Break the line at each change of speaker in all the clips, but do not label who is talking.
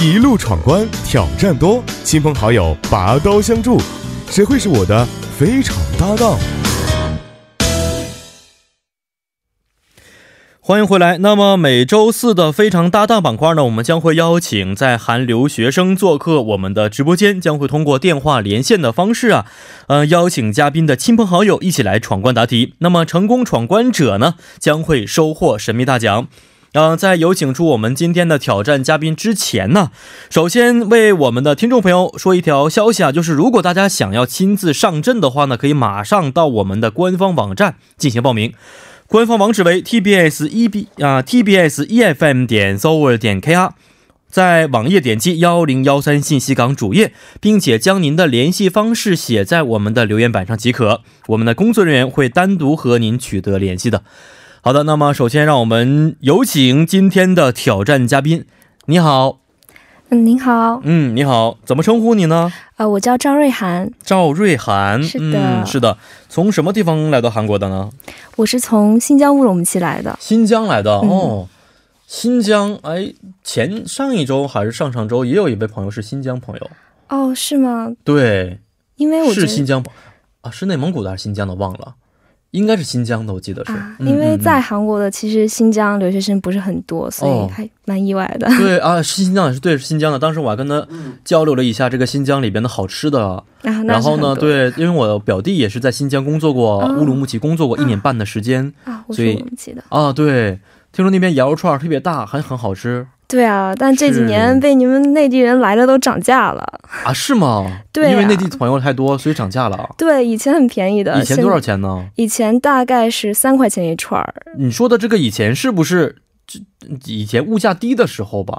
一路闯关，挑战多，亲朋好友拔刀相助，谁会是我的非常搭档？
欢迎回来。那么每周四的非常搭档板块呢，我们将会邀请在韩留学生做客我们的直播间，将会通过电话连线的方式啊，呃，邀请嘉宾的亲朋好友一起来闯关答题。那么成功闯关者呢，将会收获神秘大奖。呃，在有请出我们今天的挑战嘉宾之前呢，首先为我们的听众朋友说一条消息啊，就是如果大家想要亲自上阵的话呢，可以马上到我们的官方网站进行报名。官方网址为 tbs 一 b 啊 tbs efm 点 s o w e r 点 kr，在网页点击幺零幺三信息港主页，并且将您的联系方式写在我们的留言板上即可，我们的工作人员会单独和您取得联系的。好的，那么首先让我们有请今天的挑战嘉宾。你好，
嗯，您好，
嗯，你好，怎么称呼你呢？
呃，我叫赵瑞涵，
赵瑞涵，
是的
嗯，是的，从什么地方来到韩国的呢？
我是从新疆乌鲁木齐来的。
新疆来的、
嗯
哦，新疆哎，前上一周还是上上周，也有一位朋友是新疆朋友，
哦，是吗？
对，
因哎为我觉
是
得
新疆朋啊，是内蒙古的还是新疆的忘了，应该是新疆的，我记得是，
啊，
嗯
因为在
嗯
韩国的其实新疆留学生不是很多，所
哦
以还蛮意外的。
嗯对啊，是新疆的，是对，是新疆的。当时我还跟他交流了一下这个新疆里边的好吃的，
啊，嗯那
然
是
后
很
呢，
多
对，因为我表弟也是在新疆工作过，
哦
乌鲁木齐工作过一年半的时间
啊，我
所
是
以
乌鲁木齐的。
啊，对，听说那边羊肉串儿特别大，还很好吃
对啊，但这几
是
年被你们内地人来了都涨价了。
啊，是吗？
对
因为
啊
内地朋友太多，所以涨价了啊。
对，以前很便宜的，
以前多少
现？
钱呢？
以前大概是三块钱一串儿
你说的这个以前是不是这以前物价低的时候吧？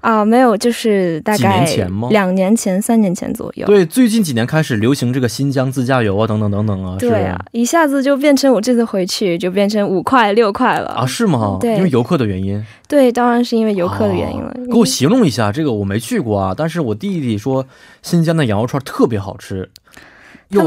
啊，没有，就是大
几年
概
前吗
两年前、三年前左右。
对，最近几年开始流行这个新疆自驾游啊，等等等等啊，是
对啊，一下子就变成我这次回去就变成五块六块了
啊，是吗？
对
因为游客的原因，
对，当然是因为游客的原因了。
哦给我形容一下，这个我没去过啊，但是我弟弟说新疆的羊肉串特别好吃，
他们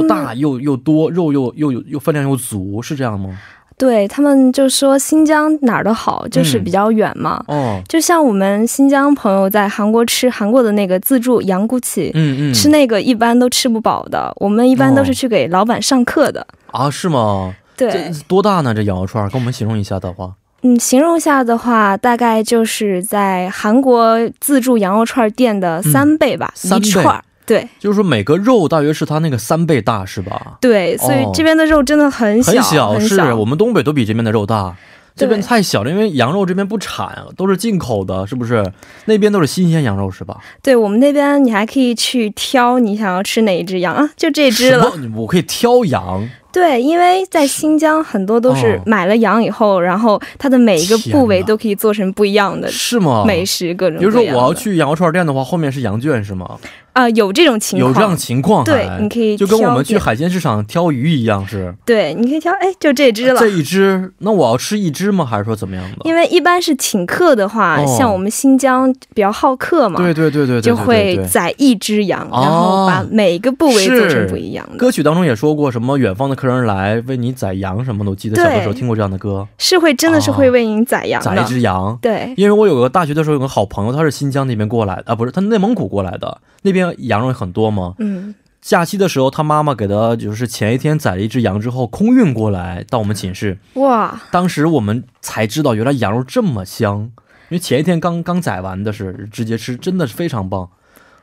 又大又又多，肉又又又又分量又足，是这样吗？
对他们就说新疆哪儿都好，就是
嗯
比较远嘛。
哦，
就像我们新疆朋友在韩国吃韩国的那个自助羊骨起，
嗯嗯，
吃那个一般都吃不饱的，我们一般都是去给老板上课的。
啊，是吗？
对
这，多大呢？这羊肉串，给我们形容一下的话，
嗯，形容一下的话，大概就是在韩国自助羊肉串店的三倍吧，
嗯三倍
一串儿。对
就是说每个肉大约是它那个三倍大，是吧？
对，所以
哦
这边的肉真的很小，
很
很
小，是我们东北都比这边的肉大，这边
对
太小了，因为羊肉这边不产，都是进口的，是不是？那边都是新鲜羊肉，是吧？
对我们那边，你还可以去挑你想要吃哪一只羊啊，就这只
什
了。
么？我可以挑羊，
对，因为在新疆很多都是
哦
买了羊以后，然后它的每一个
天
部位
哪
都可以做成不一样的
是吗？
美食，各种
比如说我
各样的。
要去羊肉串店的话，后面是羊圈是吗？
啊、有这种情况，
有这样情况还，
对你可以
就跟我们去
挑点
海鲜市场挑鱼一样是。
对，你可以挑，哎，就这只
啊
了。
这一只，那我要吃一只吗？还是说怎么样的？
因为一般是请客的话，
哦
像我们新疆比较好客嘛，
对对对对对对对对，
就会宰一只羊，
哦
然后把每个部位做成
是
不一样的，
歌曲当中也说过什么远方的客人来为你宰羊什么的，我记得
对
小的时候听过这样的歌，
是会真的是会
哦
为您宰羊
宰
的。
一只羊。
对，
因为我有个大学的时候有个好朋友，他是新疆那边过来的啊，不是，他内蒙古过来的，那边羊肉很多嘛。
嗯，
假期的时候，他妈妈给他就是前一天宰了一只羊之后，空运过来到我们寝室，
哇，
当时我们才知道原来羊肉这么香，因为前一天刚刚宰完的是直接吃，真的是非常棒。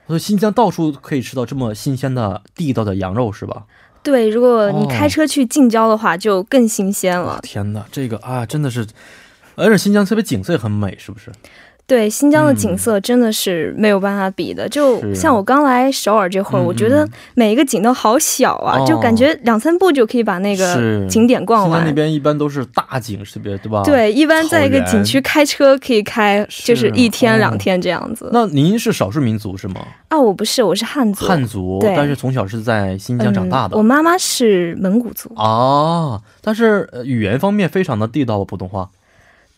我说新疆到处可以吃到这么新鲜的地道的羊肉是吧？
对，如果你
哦
开车去近郊的话，就更新鲜了。
天哪，这个啊真的是，而且新疆特别景色也很美，是不是？
对，新疆的
嗯
景色真的是没有办法比的。
是
就像我刚来首尔这会儿，
嗯
我觉得每一个景都好小啊，
哦
就感觉两三步就可以把那
是
个景点逛
新疆那
完。
边一般都是大景，是不是？对吧？。
对，一般在一个
草原
景区开车可以开，就是一
哦
天两天这样子。
那您是少数民族是吗？
啊，我不是，我是汉族，
汉族，
对
但是从小是在新疆长大的。
嗯。我妈妈是蒙古族。
啊，但是呃语言方面非常的地道吧，普通话。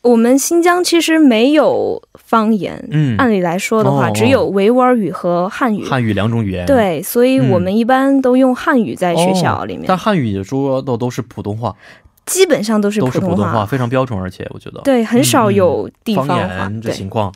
我们新疆其实没有方言，
嗯
按理来说的话，
哦哦
只有维吾尔语和汉语。
汉语两种语言。
对，所以我们一般都用汉语在
嗯哦，
学校里面，
但汉语说的都是普通话，
基本上都是
都
普
是
通
普
话，
通话，非常标准，而且我觉得
对，很少有地方
嗯方
话。
言这
对，
情况。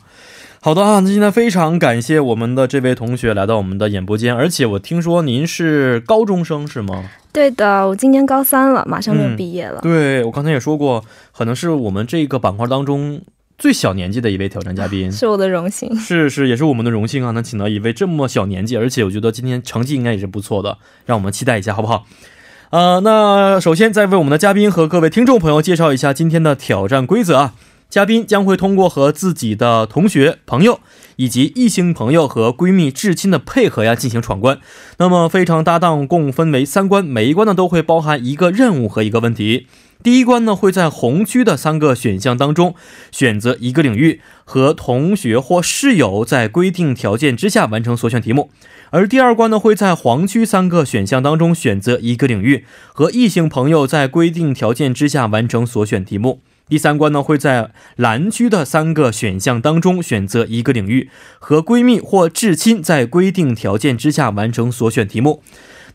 好的啊，那今天非常感谢我们的这位同学来到我们的演播间，而且我听说您是高中生是吗？
对的，我今年高三了，马上就
嗯
毕业了。
对，我刚才也说过，可能是我们这个板块当中最小年纪的一位挑战嘉 宾。
是我的荣幸，
是是，也是我们的荣幸啊，能请到一位这么小年纪，而且我觉得今天成绩应该也是不错的，让我们期待一下，好不好？呃，那首先再为我们的嘉宾和各位听众朋友介绍一下今天的挑战规则啊。嘉宾将会通过和自己的同学、朋友以及异性朋友和闺蜜、至亲的配合呀进行闯关。那么非常搭档共分为三关，每一关呢都会包含一个任务和一个问题。第一关呢会在红区的三个选项当中选择一个领域，和同学或室友在规定条件之下完成所选题目，而第二关呢会在黄区三个选项当中选择一个领域，和异性朋友在规定条件之下完成所选题目。第三关呢会在蓝区的三个选项当中选择一个领域，和闺蜜或至亲在规定条件之下完成所选题目。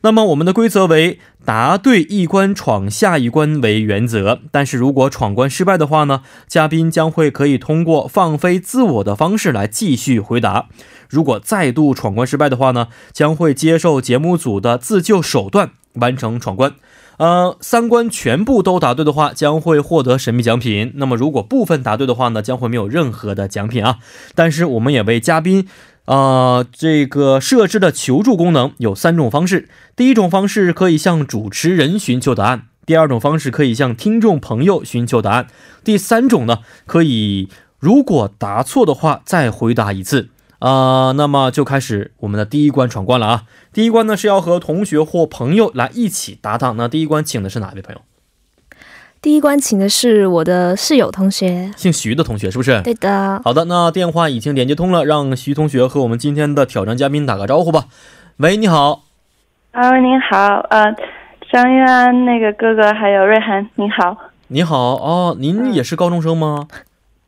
那么我们的规则为答对一关闯下一关为原则，但是如果闯关失败的话呢，嘉宾将会可以通过放飞自我的方式来继续回答。如果再度闯关失败的话呢，将会接受节目组的自救手段完成闯关。呃，三关全部都答对的话，将会获得神秘奖品。那么如果部分答对的话呢，将会没有任何的奖品啊。但是我们也为嘉宾。呃，这个设置的求助功能有三种方式。第一种方式可以向主持人寻求答案，第二种方式可以向听众朋友寻求答案，第三种呢，可以如果答错的话再回答一次。啊、那么就开始我们的第一关闯关了啊！第一关呢是要和同学或朋友来一起搭档。那第一关请的是哪位朋友？
第一关请的是我的室友同学。
姓徐的同学是不是？
对的，
嗯好的，那电话已经连接通了，让徐同学和我们今天的挑战嘉宾打个招呼吧。喂，你好，
啊，您好，呃，张玉安那个哥哥还有瑞涵，您好。
你好哦，您也是高中生吗？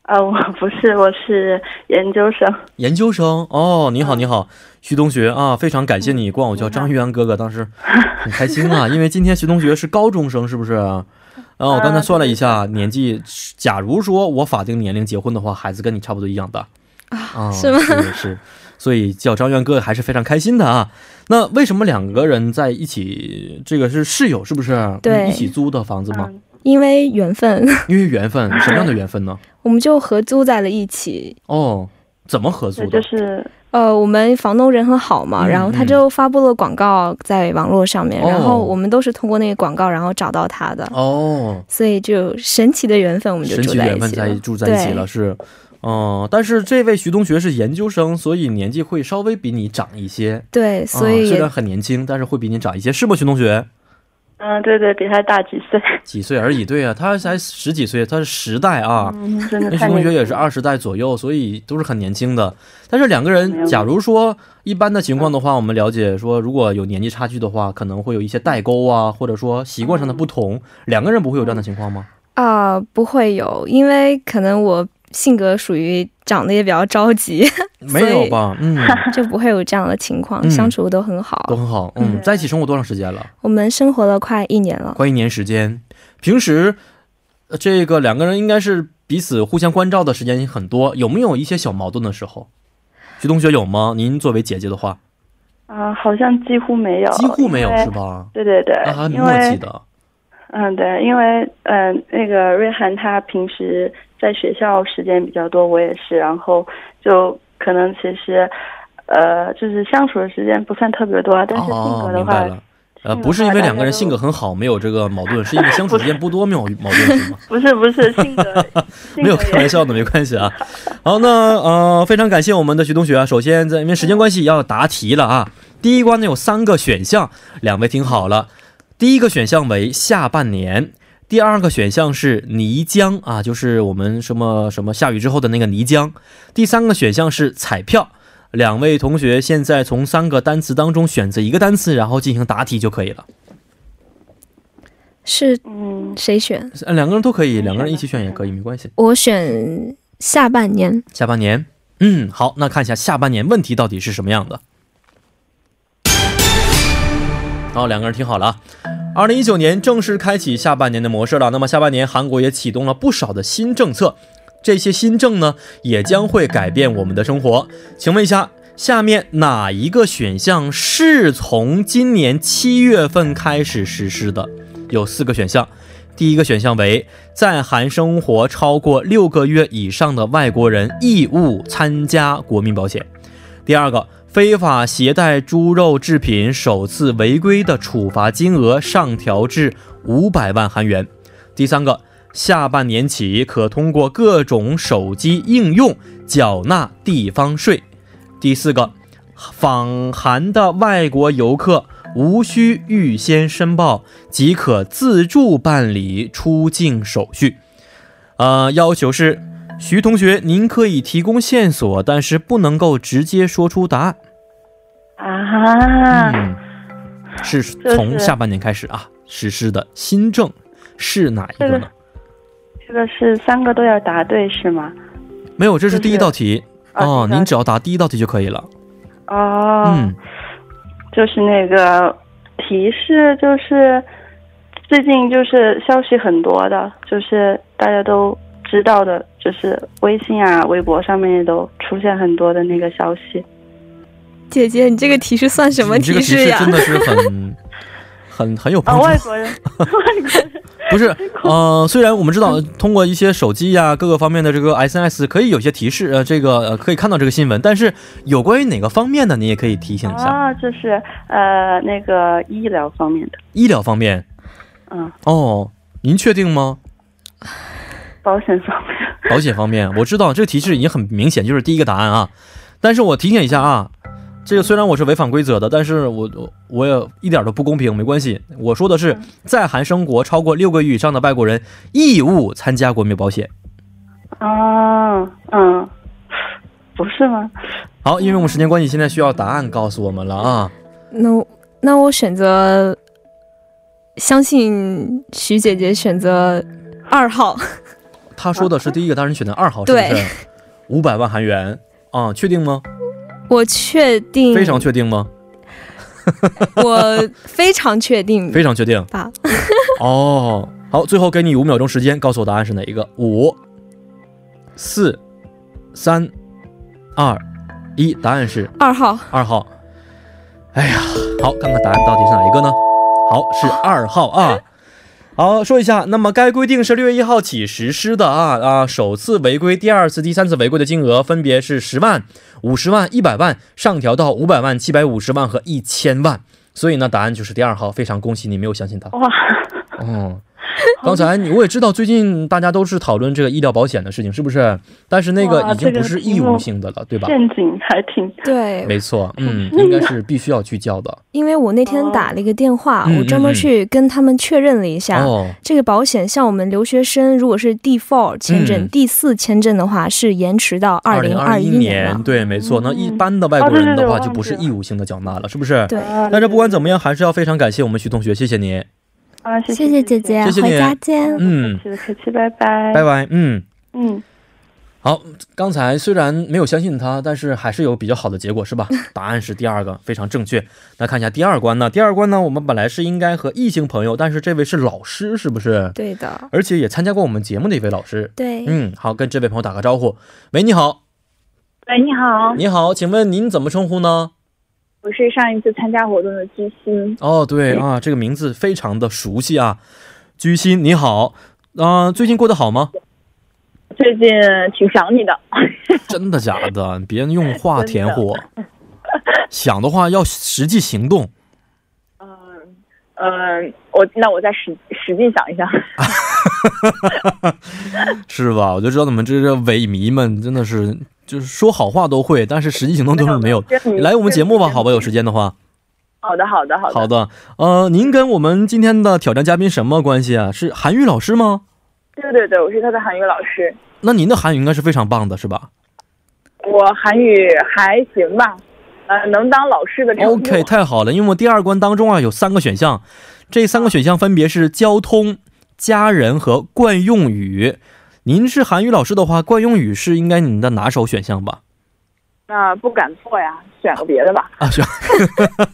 呃，我 不是，我是研究生。
研究生哦，你好，你好，徐同学啊，非常感谢你管我叫张玉安哥哥，当时很开心啊，因为今天徐同学是高中生，是不是？啊，我刚才算了一下年纪，假如说我法定年龄结婚的话，孩子跟你差不多一样大啊，
是吗
是是，所以叫张玉安哥哥还是非常开心的啊。那为什么两个人在一起？这个是室友是不是？
对
一起租的房子吗？
嗯，
因为缘分，
因为缘分，什么样的缘分呢？
我们就合租在了一起。
哦，怎么合租
对，
的
就？是
呃，我们房东人很好嘛，
嗯
然后他就发布了广告在网络上面，
哦
然后我们都是通过那个广告然后找到他的，
哦，
所以就神奇的缘分，我们就
神
住
奇
在
缘
一
分
起
在
了。
住在一起了，是，嗯、但是这位徐同学是研究生，所以年纪会稍微比你长一些，
对，所
啊、
以
虽
也、
然很年轻，但是会比你长一些，是吗？徐同学
嗯、对对，比他大几岁。
几岁而已，对啊，他才十几岁，他是十代啊，
嗯，真的
那徐
太
同
年
学
轻。
也是二十代左右，所以都是很年轻的。但是两个
没
人，
有
假如说一般的情况的话，我们了解说，如果有年纪差距的话，可能会有一些代沟啊，或者说习惯上的不
嗯
同，两个人不会有这样的情况吗？
啊、不会有，因为可能我性格属于长得也比较着急，
没有吧？嗯，
就不会有这样的情况，
嗯
相处都很好。
都很好。嗯，在一起生活多长时间了？
我们生活了快一年了，
快一年时间。平时呃这个两个人应该是彼此互相关照的时间很多，有没有一些小矛盾的时候？徐同学有吗？您作为姐姐的话，
啊、好像几乎没有。
几乎没有
因为
是吧？啊
对对对，
那还很
因
默契
为
的。
嗯，对，因为嗯、那个瑞涵他平时在学校时间比较多，我也是，然后就可能其实，呃，就是相处的时间不算特别多，但是性
哦，
格的
明
话，
白了。呃，
性格
不是因
的
为
话
两个人
大家都
性格很好没有这个矛盾，是因为相处时间不多没有矛盾是吗？
不是 不是性格，性
没有
格
开
也
玩笑的，没关系啊。好，那呃，非常感谢我们的徐同学啊。首先在，因为时间关系要答题了啊。第一关呢有三个选项，两位听好了。第一个选项为下半年，第二个选项是泥浆啊，就是我们什么什么下雨之后的那个泥浆。第三个选项是彩票。两位同学现在从三个单词当中选择一个单词，然后进行答题就可以了。
是
嗯，
谁选？
呃两个人都可以，两个人一起选也可以，没关系。
我选下半年。
下半年，嗯，好，那看一下下半年问题到底是什么样的。好，两个人听好了啊。二零一九年正式开启下半年的模式了。那么下半年，韩国也启动了不少的新政策，这些新政呢，也将会改变我们的生活。请问一下，下面哪一个选项是从今年七月份开始实施的？有四个选项。第一个选项为在韩生活超过六个月以上的外国人义务参加国民保险。第二个，非法携带猪肉制品首次违规的处罚金额上调至五百万韩元。第三个，下半年起可通过各种手机应用缴纳地方税。第四个，访韩的外国游客无需预先申报，即可自助办理出境手续。呃，要求是徐同学，您可以提供线索，但是不能够直接说出答案。
啊，
嗯，是从下半年开始啊实施的新政是哪一个呢？
这个是三个都要答对是吗？
没有，这是第一道题
啊
哦，
第一道
您只要答第一道题就可以了。
哦，
嗯，
就是那个提示，就是最近就是消息很多的，就是大家都知道的，就是微信啊、微博上面也都出现很多的那个 消息。
姐姐，你这个提示算什么
你这个
提
提
示
示
呀？
真的是很 很很有
啊，
帮助。
外 国人，外国人，
不 是，呃，虽然我们知道通过一些手机呀、各个方面的这个 SNS 可以有些提示，呃，这个呃可以看到这个新闻，但是有关于哪个方面的，你也可以提醒一下。
啊，就是呃那个医疗方面的，
医疗方面，
嗯，
哦，您确定吗？
保险方面，
保险方面， 我知道这个提示已经很明显，就是第一个答案啊。但是我提醒一下啊，这个虽然我是违反规则的，但是我我我也一点都不公平，没关系。我说的是，
嗯
在韩生活超过六个月以上的外国人义务参加国民保险。
啊，嗯，不是吗？
好，因为我们时间关系，现在需要答案告诉我们了啊。
那我那我选择，相信徐姐姐选择二号。
他说的是第一个，当然选的二号，是不是
对？
五百万韩元啊、确定吗？
我确定，
非常确定吗？
我非常确定
非常确定
吧？
哦。好，最后给你五秒钟时间，告诉我答案是哪一个。五、四、三、二、一，答案是
二号，
二号。哎呀，好，看看答案到底是哪一个呢？好，是二号啊。好，说一下，那么该规定是六月一号起实施的啊啊，首次违规、第二次、第三次违规的金额分别是十万、五十万、一百万，上调到五百万、七百五十万和一千万。所以呢，答案就是第二号。非常恭喜你没有相信他。
哇，
嗯，刚才你我也知道，最近大家都是讨论这个医疗保险的事情，是不是？但是那个
哇
已经
这
不
个
是
题
义务
目
性的了，对吧？
陷阱还挺
对，
没错，嗯，应该是必须要去交的。
因为我那天打了一个电话，
哦嗯
我专门去跟他们确认了一下。
哦，
这个保险像我们留学生，如果是 D four 签证、
嗯
D 四签证的话，是延迟到二
零
零
二
二
一
一
年，
了。
对，没错。那一
嗯
般的外国人的话，
哦对对对
就不是
我忘记了
义务性的缴纳了，是不是？
对
啊
但是不管怎么样，还是要非常感谢我们徐同学，谢谢你。
啊，谢
谢谢姐姐，
谢谢你
回家见。
嗯，
不客气不客气，拜拜，
拜，拜。嗯，
嗯。
好，刚才虽然没有相信他，但是还是有比较好的结果，是 吧？答案是第二个，非常正确。那看一下第二关呢？第二关呢，我们本来是应该和异性朋友，但是这位是老师，是不是？
对的，
而且也参加过我们节目的一位老师。
对，
嗯，好，跟这位朋友打个招呼。喂，你好，
喂，你好，
你好，请问您怎么称呼呢？
我是上一次参加活动的居心。
哦，对啊，这个名字非常的熟悉啊。居心，你好，啊、最近过得好 吗？
最近挺想你的，
真的假的？别用话填火，想的话要实际行动。
嗯、呃，我那我再使使劲想一 想。
是吧？我就知道你们这些伪迷们真的是，就是说好话都会，但是实际行动嗯就是没有。
真迷
来我们节目吧，
真迷
好吧，有时间的话。
好的，好的，好的。
好的，呃，您跟我们今天的挑战嘉宾什么关系啊？是韩语老师吗？
对对对，我是他的韩语老师，
那您的韩语应该是非常棒的，是吧
我韩语还行吧，呃，能当老师的程度。
？OK，太好了，因为我第二关当中啊有三个选项，这三个选项分别是交通、家人和惯用语。您是韩语老师的话，惯用语是应该您的拿手选项吧？
那、不敢错呀，选个别的吧。
啊，选，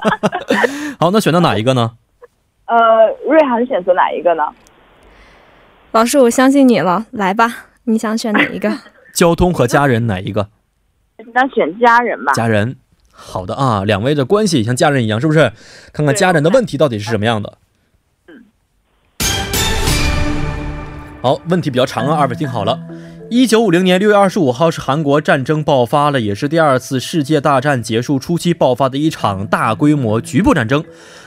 好，那选到哪一个呢？
呃，瑞涵选择哪一个呢？
老师，我相信你了，来吧，你想选哪一个？
交通和家人哪一个？
那选家人吧。
家人。好的啊，两位的关系像家人一样，是不是？看看家人的问题到底是什么样的。好，问题比较长啊，二位听好了。一九五零年六月二十五号是韩国战争爆发了，也是第二次世界大战结束初期爆发的一场大规模局部战争。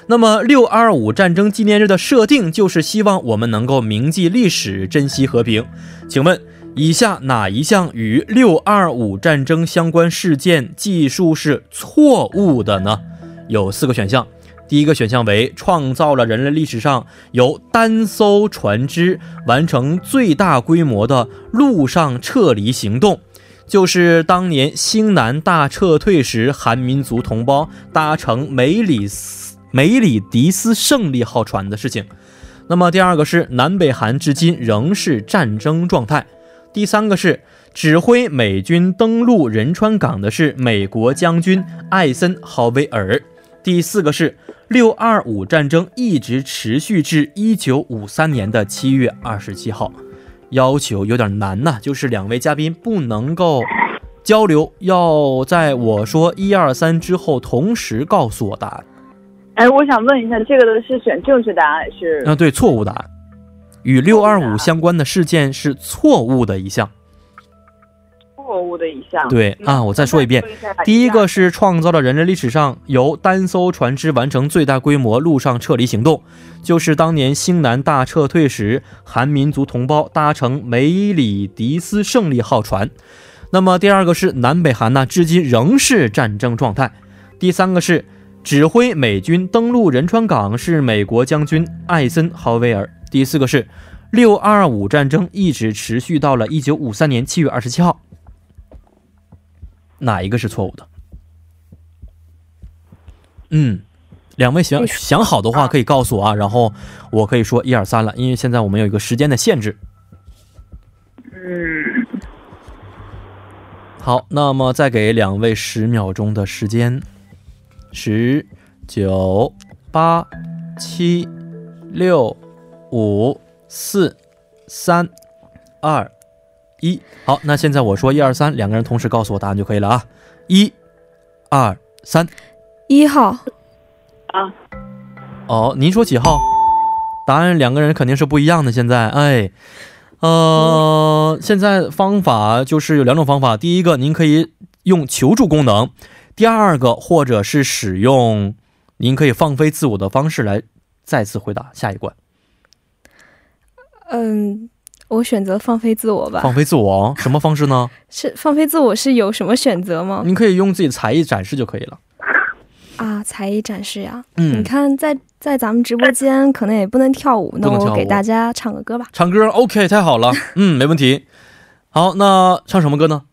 那么六二五战争纪念日的设定就是希望我们能够铭记历史，珍惜和平。请问以下哪一项与六二五战争相关事件技术是错误的呢？有四个选项。第一个选项为创造了人类历史上由单艘船只完成最大规模的陆上撤离行动，就是当年兴南大撤退时，韩民族同胞搭乘梅里斯梅里迪斯胜利号船的事情。那么第二个是南北韩至今仍是战争状态。第三个是指挥美军登陆仁川港的是美国将军艾森豪威尔。第四个是六二五战争一直持续至一九五三年的七月二十七号，要求有点难呐、就是两位嘉宾不能够交流，要在我说一二三之后同时告诉我答案。
哎，我想问一下，这个的是选正确答案是？
啊，对，错误答案，与六二五相关的事件是错误的一项。
错误的一项。
对
嗯
啊，我再说一遍，第一个是创造了人类历史上由单艘船只完成最大规模陆上撤离行动，就是当年兴南大撤退时，韩民族同胞搭乘梅里迪斯胜利号船。那么第二个是南北韩呢，至今仍是战争状态。第三个是指挥美军登陆仁川港是美国将军艾森豪威尔。第四个是六二五战争一直持续到了一九五三年七月二十七号。哪一个是错误的？嗯，两位想想好的话可以告诉我啊，然后我可以说一二三了，因为现在我们有一个时间的限制。
嗯，
好，那么再给两位十秒钟的时间，十、九、八、七、六、五、四、三、二、一。好，那现在我说一二三，两个人同时告诉我答案就可以了啊！一、二、三。
一号，
哦，您说几号？答案两个人肯定是不一样的。现在，哎，呃，现在方法就是有两种方法，第一个您可以用求助功能，第二个或者是使用您可以放飞自我的方式来再次回答下一关。
嗯，我选择放飞自我吧。
放飞自我什么方式呢？
是放飞自我是有什么选择吗？
您可以用自己才艺展示就可以了。
啊，才艺展示呀、你
嗯，
看在，在咱们直播间可能也不能跳舞，那
不能跳舞
我给大家唱个歌吧。
唱歌 OK，太好 了，嗯，没问题。好，那唱什么歌呢？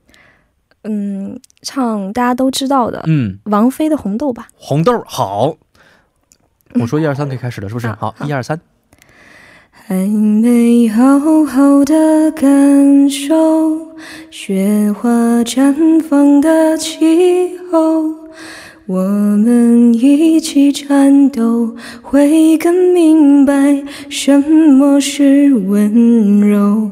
嗯，唱大家都知道的、
嗯。
王菲的《红豆》吧。
红豆好。我说一二三可以开始了，是不是？好，一二三。
还没好好的感受雪花绽放的气候，我们一起颤抖，会更明白什么是温柔。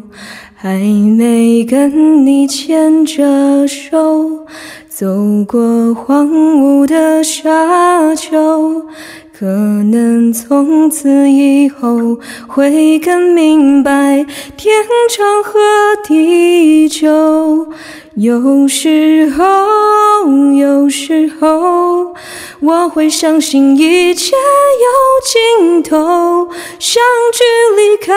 还没跟你牵着手，走过荒芜的沙丘，可能从此以后会更明白天长和地久。有时候，有时候，我会相信一切有尽头，相聚离开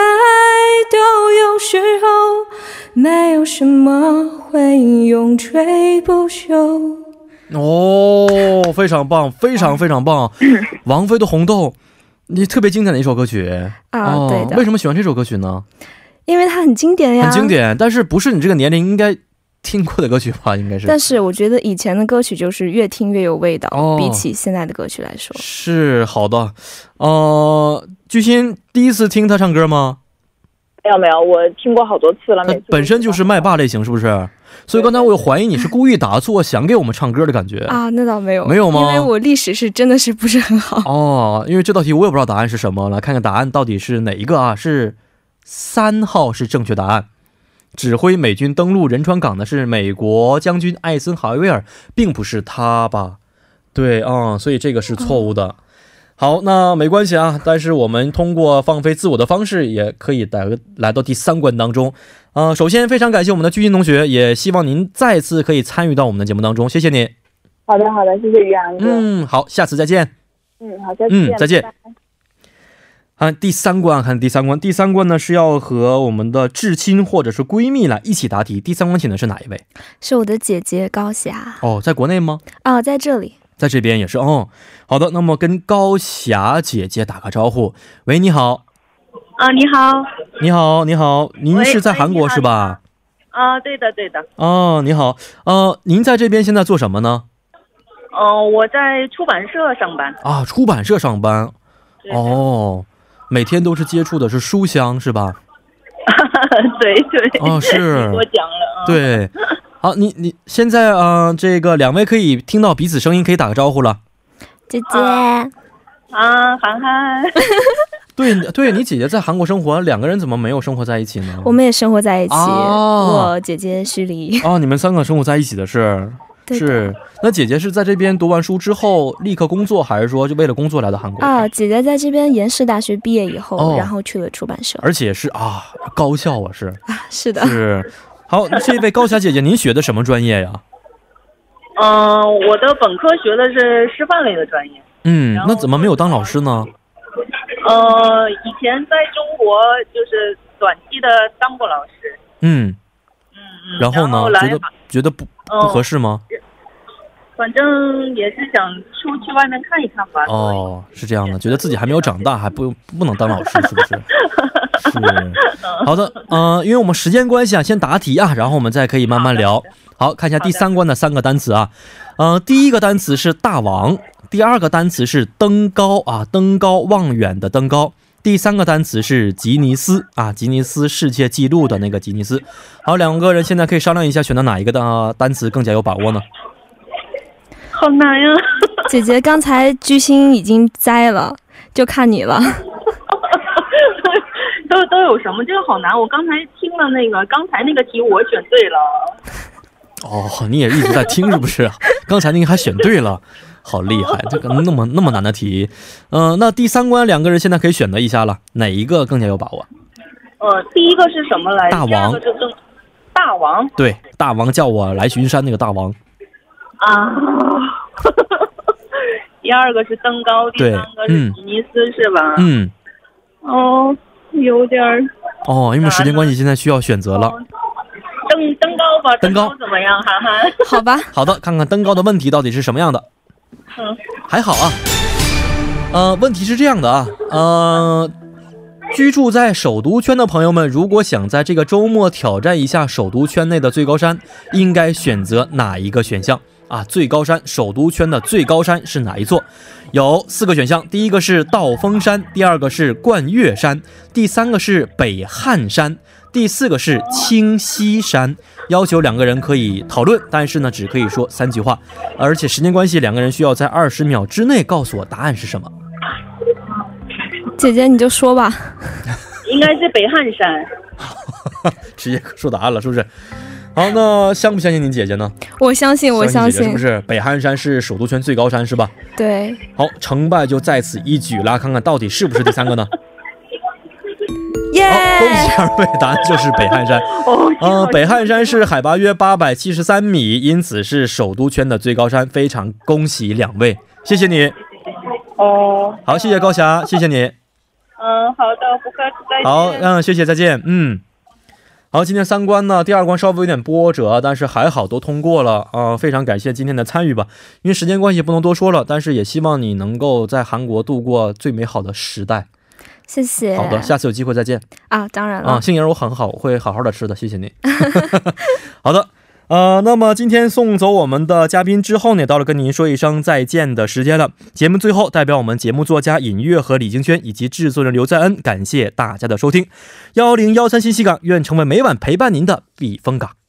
都有时候，没有什么会永垂不朽。
哦，非常棒，非常非常棒。
嗯
王菲的《红豆》，你特别经典的一首歌曲
啊
哦
对的啊
为什么喜欢这首歌曲呢？
因为它很经典呀，
很经。典，但是不是你这个年龄应该听过的歌曲吧？应该是。
但是我觉得以前的歌曲就是越听越有味道，
哦
比起现在的歌曲来说，
是好的，呃，巨星第一次听她唱歌吗？
没有没有，我听过好多次了，
她
每次
本身就是麦霸类型，是不是？所以刚才我有怀疑你是故意答错，想给我们唱歌的感觉。
啊，那倒没有，
没有吗
因为我历史是真的是不是很 好。
哦，因为这道题我也不知道答案是什么，来看看答案到底是哪一个啊？是三号是正确答案，指挥美军登陆仁川港的是美国将军艾森豪威尔，并不是他吧？对啊、所以这个是错误的。好，那没关系啊，但是我们通过放飞自我的方式，也可以来来到第三关当中。啊、首先非常感谢我们的鞠军同学，也希望您再次可以参与到我们的节目当中，谢谢您。
好的，好的，谢谢于洋哥。
嗯，好，下次再见。
嗯，好，再
嗯
见，
再见
拜拜。
看啊第三关，看第三关，第三关呢是要和我们的至亲或者是闺蜜来一起答题。第三关请的是哪一位？
是我的姐姐高霞
哦，在国内吗？
啊，在这里。
在这边也是。哦，好的，那么跟高霞姐姐打个招呼。喂，你好，
啊，你好，
你好，你好，您
喂
是在
喂
韩
你
国
好
是
你
吧？
啊，对的，对的，
哦，你好，呃，您在这边现在做什么呢？
呃，我在出版社上班。
啊，出版社上班。
对
哦，每天都是接触的是书香是吧？
对对，
哦，是
给。 我讲了 啊。
对，好，你你现在啊、呃这个两位可以听到彼此声音，可以打个招呼了。
姐姐，
啊，涵涵，
对对，你姐姐在韩国生活，两个人怎么没有生活在一起呢？
我们也生活在一起。
哦
我姐姐是 离，
哦，你们三个生活在一起的是
对的
是。那姐姐是在这边读完书之后立刻工作，还是说就为了工作来到韩国？
啊，姐姐在这边延世大学毕业以后，
哦
然后去了出版社。
而且是啊，高校啊， 是
啊，是的，
是。好，这位高霞姐姐，您学的什么专业呀？
嗯、我的本科学的是师范类的专业。
嗯，那怎么没有当老师呢？
呃，以前在中国就是短期的当过老师。
嗯，
嗯嗯。
然后呢？
来
觉得觉得不
嗯
不合适吗？
反正也是想出去外面看一看吧。
哦，是这样的，觉得自己还没有长大，还不不能当老师， 是不是？是，好的，嗯、因为我们时间关系啊，先答题啊，然后我们再可以慢慢聊。好，看一下第三关的三个单词啊，呃，第一个单词是大王，第二个单词是登高啊，登高望远的登高，第三个单词是吉尼斯啊，吉尼斯世界纪录的那个吉尼斯。好，两个人现在可以商量一下，选择哪一个的、呃单词更加有把握呢？
好难呀、
姐姐刚才居心已经栽了，就看你了。
都都有什么？这个好难。我刚才听了那个，刚才那个题我选对了。
哦，你也一直在听是不是？ 刚才那个还选对了，好厉害！这个那么那么难的题，嗯、那第三关两个人现在可以选择一下了，哪一个更加有把握？
呃，第一个是什么来？
大王
第二个是正大王
对，大王叫我来巡山那个大王，
啊。第二个是登高，第
对
三个是吉尼斯，是吧？
嗯，
哦，有点儿。
哦，因为时间关系，现在需要选择了。
登登高吧，
登
登
高
怎么样？涵涵，
好吧，
好的，看看登高的问题到底是什么样的。
嗯，
还好啊。呃，问题是这样的啊，呃，居住在首都圈的朋友们，如果想在这个周末挑战一下首都圈内的最高山，应该选择哪一个选项啊？最高山，首都圈的最高山是哪一座？有四个选项，第一个是道峰山，第二个是冠岳山，第三个是北汉山，第四个是清溪山。要求两个人可以讨论，但是呢，只可以说三句话，而且时间关系，两个人需要在二十秒之内告诉我答案是什么。
姐姐你就说吧。
应该是北汉山。
直接说答案了，是不是？好，那相不相信您姐姐呢？
我相信，我相
姐姐
信
是不，是？北汉山是首都圈最高山，是吧？
对，
好，成败就在此一举啦，看看到底是不是第三个呢？
耶、
好，
哎
恭喜二位，答案就是北汉山。
哦，
呃，北汉山是海拔约八百七十三米，因此是首都圈的最高山。非常恭喜两位，谢谢你。
哦，
好，谢谢高霞，谢谢你。
嗯，好的，不客气，再见。
好，嗯，谢谢，再见，嗯。好，今天三关呢，第二关稍微有点波折，但是还好都通过了啊、非常感谢今天的参与吧，因为时间关系不能多说了，但是也希望你能够在韩国度过最美好的时代。
谢谢。
好的，下次有机会再见
啊，当然了。
啊，杏仁我很好，我会好好的吃的，谢谢你。 好的。呃，那么今天送走我们的嘉宾之后呢，到了跟您说一声再见的时间了。节目最后，代表我们节目作家尹月和李京轩以及制作人刘在恩，感谢大家的收听。幺零幺三信息港，愿成为每晚陪伴您的避风港。